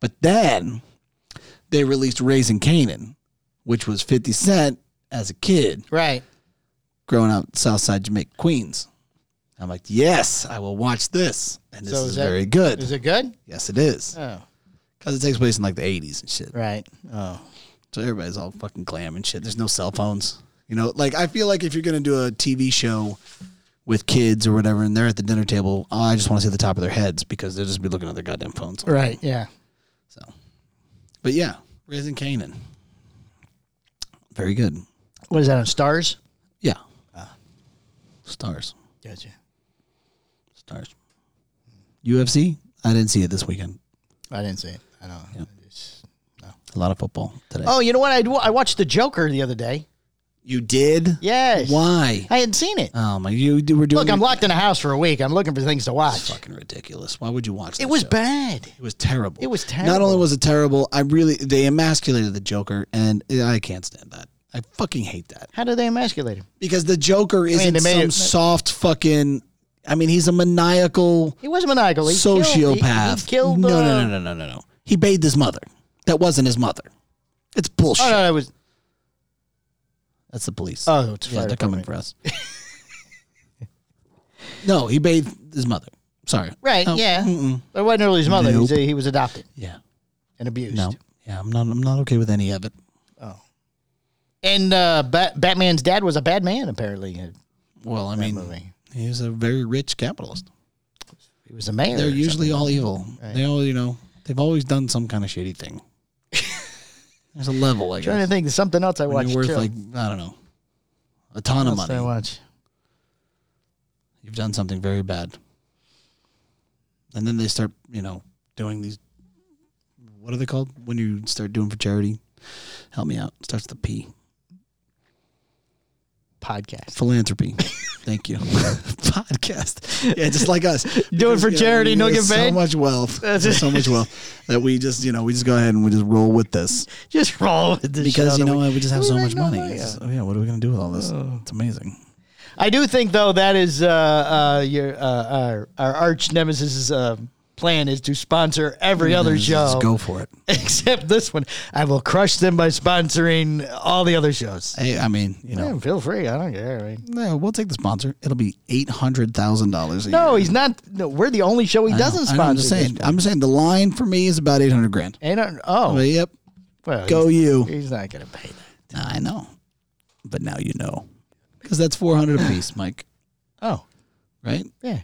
But then they released Raising Canaan, which was 50 Cent as a kid Right. growing up Southside Jamaica, Queens. I'm like, yes, I will watch this. And this So is, that- very good. Is it good? yes, it is. Oh. Because it takes place in like the 80s and shit. Right. Oh. So everybody's all fucking glam and shit. There's no cell phones. You know, like I feel like if you're gonna do a TV show with kids or whatever, and they're at the dinner table, oh, I just want to see the top of their heads because they'll just be looking at their goddamn phones. Right. Yeah. So, but yeah, Raising Canaan, very good. What is that on Stars? Yeah, Ah. stars, Gotcha. stars. UFC. I didn't see it this weekend. I didn't see it. I don't. A lot of football today. Oh, you know what? I I watched The Joker the other day. you did? Yes. Why? I hadn't seen it. Oh my! You you were doing. Look, I'm locked in a house for a week. I'm looking for things to watch. fucking ridiculous. Why would you watch? It that was show? bad. It was terrible. It was Not terrible. only was it terrible, I really they emasculated the Joker, and I can't stand that. I fucking hate that How did they emasculate him? because the Joker isn't they made some it- soft fucking. I mean, he's a maniacal He was maniacal. He killed- he- sociopath. He, killed. no, uh, no, no, no, no, no, no. He bathed his mother. That wasn't his mother. It's bullshit. Oh no, that was. That's the police. Oh, it's yeah, fire they're coming for [laughs] us. no, he bathed his mother. Sorry. Right. No, yeah. mm-mm. But it wasn't really his mother. He was- Nope. He was adopted Yeah. and abused. No. Yeah, I'm not. I'm not okay with any of it. And uh, Bat- Batman's dad was a bad man, apparently. in Well, I that mean, movie. He was a very rich capitalist. He was a mayor. They're or usually all evil. Right. They all, you know, they've always done some kind of shady [laughs] thing. There's a level, I something. trying to guess. think of something else I When watched you're worth too. like I don't know, a ton of What else did I money. watch? You've done something very bad, and then they start, you know, doing these. What are they called when you start doing for charity? Help me out. Starts with a P. Podcast. Philanthropy. Thank [laughs] you. Podcast. Yeah, just like us. Do it for Because, you know, charity, we no have get paid. So much wealth. That's There's it. so much [laughs] wealth that we just, you know, we just go ahead and we just roll with this [laughs] Just roll with this. because shit you out of know the way. what? We just have We so make much no money. money. It's just, oh, yeah, what are we gonna do with all this? Oh. It's amazing. I do think though that is uh, uh, your uh, our, our arch nemesis is uh, plan is to sponsor every other Just- show Just go for it. [laughs] except this one. I will crush them by sponsoring all the other shows. Hey, I mean, you know, Yeah, feel free. I don't care. I mean, no, we'll take the sponsor. It'll be eight hundred thousand dollars a year. no, he's not. No, we're the only show he I know, doesn't I sponsor. know, I'm just at this saying. point. I'm just saying the line for me is about eight hundred grand. And I- oh, But yep, well, go he's, you. he's not going to pay that. I know, but now you know because that's four hundred a piece, Mike. Oh, Right? yeah.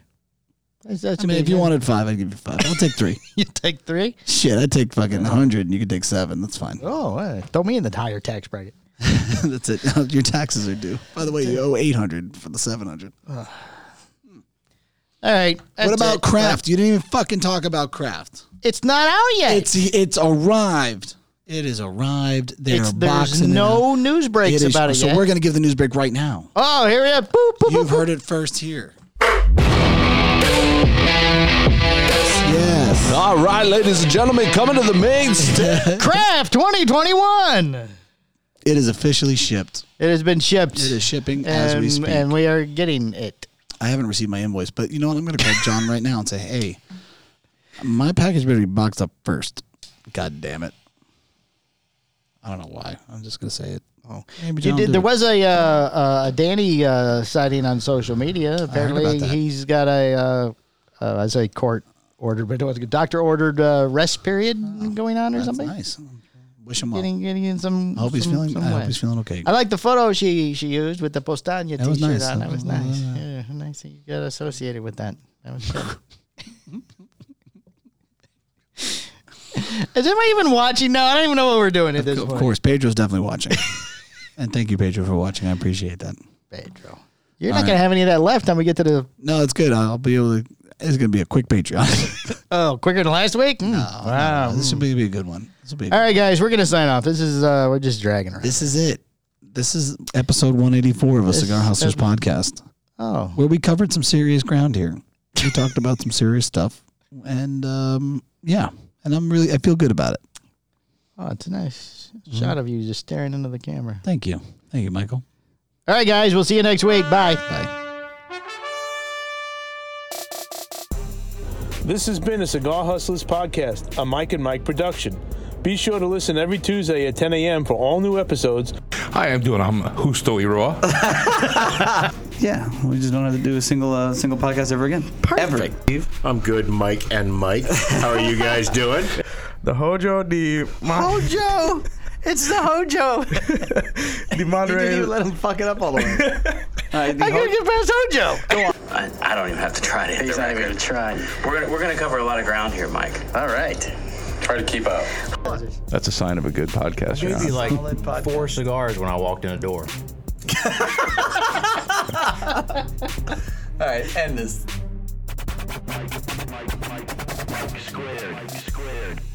That's, that's I mean, pretty if you good. wanted five, I'd give you five. I'll take three. you take three. [laughs] Shit, I'd take fucking hundred, and you could take seven. That's fine. Oh, uh, throw me in the higher tax bracket. [laughs] That's it. [laughs] Your taxes are due. By the way, you owe eight hundred for the seven hundred. All right. What that's about it. craft? You didn't even fucking talk about craft. It's not out yet. It's it's arrived. It is arrived. They're It's- there's boxing no it up. news breaks It is- about it So yet. we're gonna give the news break right [laughs] now. oh, here we are. Boop, boop, You've boop, boop. heard it first here. Yes. All right, ladies and gentlemen, coming to the main stage. Craft 2021. It is officially shipped. It has been shipped. It is shipping as and, we speak. and we are getting it. I haven't received my invoice, but you know what? I'm gonna call John right now and say, "Hey, my package better be boxed up first. God damn it! I don't know why. I'm just gonna say it. Oh, maybe You John did, did there it. was a, uh, uh, a Danny uh, sighting on social media. Apparently, that. he's got a, uh, uh, I say court ordered, but it was a doctor ordered uh, rest period going on or That's something. nice. Wish him well. Getting, getting in some. I hope he's some- feeling. some I way. hope he's feeling okay. I like the photo she she used with the Postania That t-shirt was nice. on. That That was was- nice. Yeah, nice. that You got associated with that. That was good. [laughs] Is anybody even watching? No, I don't even know what we're doing at this of point. course, Pedro's definitely [laughs] watching. and thank you, Pedro, for watching. I appreciate that. Pedro. You're not gonna have any of that left when we get to the No, it's good. I'll be able to. It's gonna be a quick Patreon. [laughs] oh quicker than last week. Mm. wow. this should be, be a good one. This will be. All right, guys, we're gonna sign off. This is uh we're just dragging her. This is it. This is episode 184 of a Cigar Hustlers podcast, Oh, where we covered some serious ground here. We talked about some serious stuff, and um, yeah, and I'm really I feel good about it. oh, it's a nice Mm-hmm. shot of you just staring into the camera. Thank you, thank you, Michael. All right, guys, we'll see you next week. Bye. Bye. This has been a Cigar Hustlers podcast, a Mike and Mike production. Be sure to listen every Tuesday at 10 a.m. for all new episodes Hi, I'm doing. I'm Husto Iroa. Yeah, we just don't have to do a single uh, single podcast ever again. Perfect. Ever. I'm good, Mike and Mike. How are you guys doing? The Hojo, the Mon- Hojo, it's the Hojo. [laughs] the Monterey. let him fuck it up all the way. all right, the Ho- I, I don't even have to try to hit He's the not even gonna try. We're gonna, we're gonna cover a lot of ground here, Mike. All right. Try to keep up. That's a sign of a good podcast. you're on. like Four cigars when I walked in the door. All right, end this. Mike squared. Mike squared.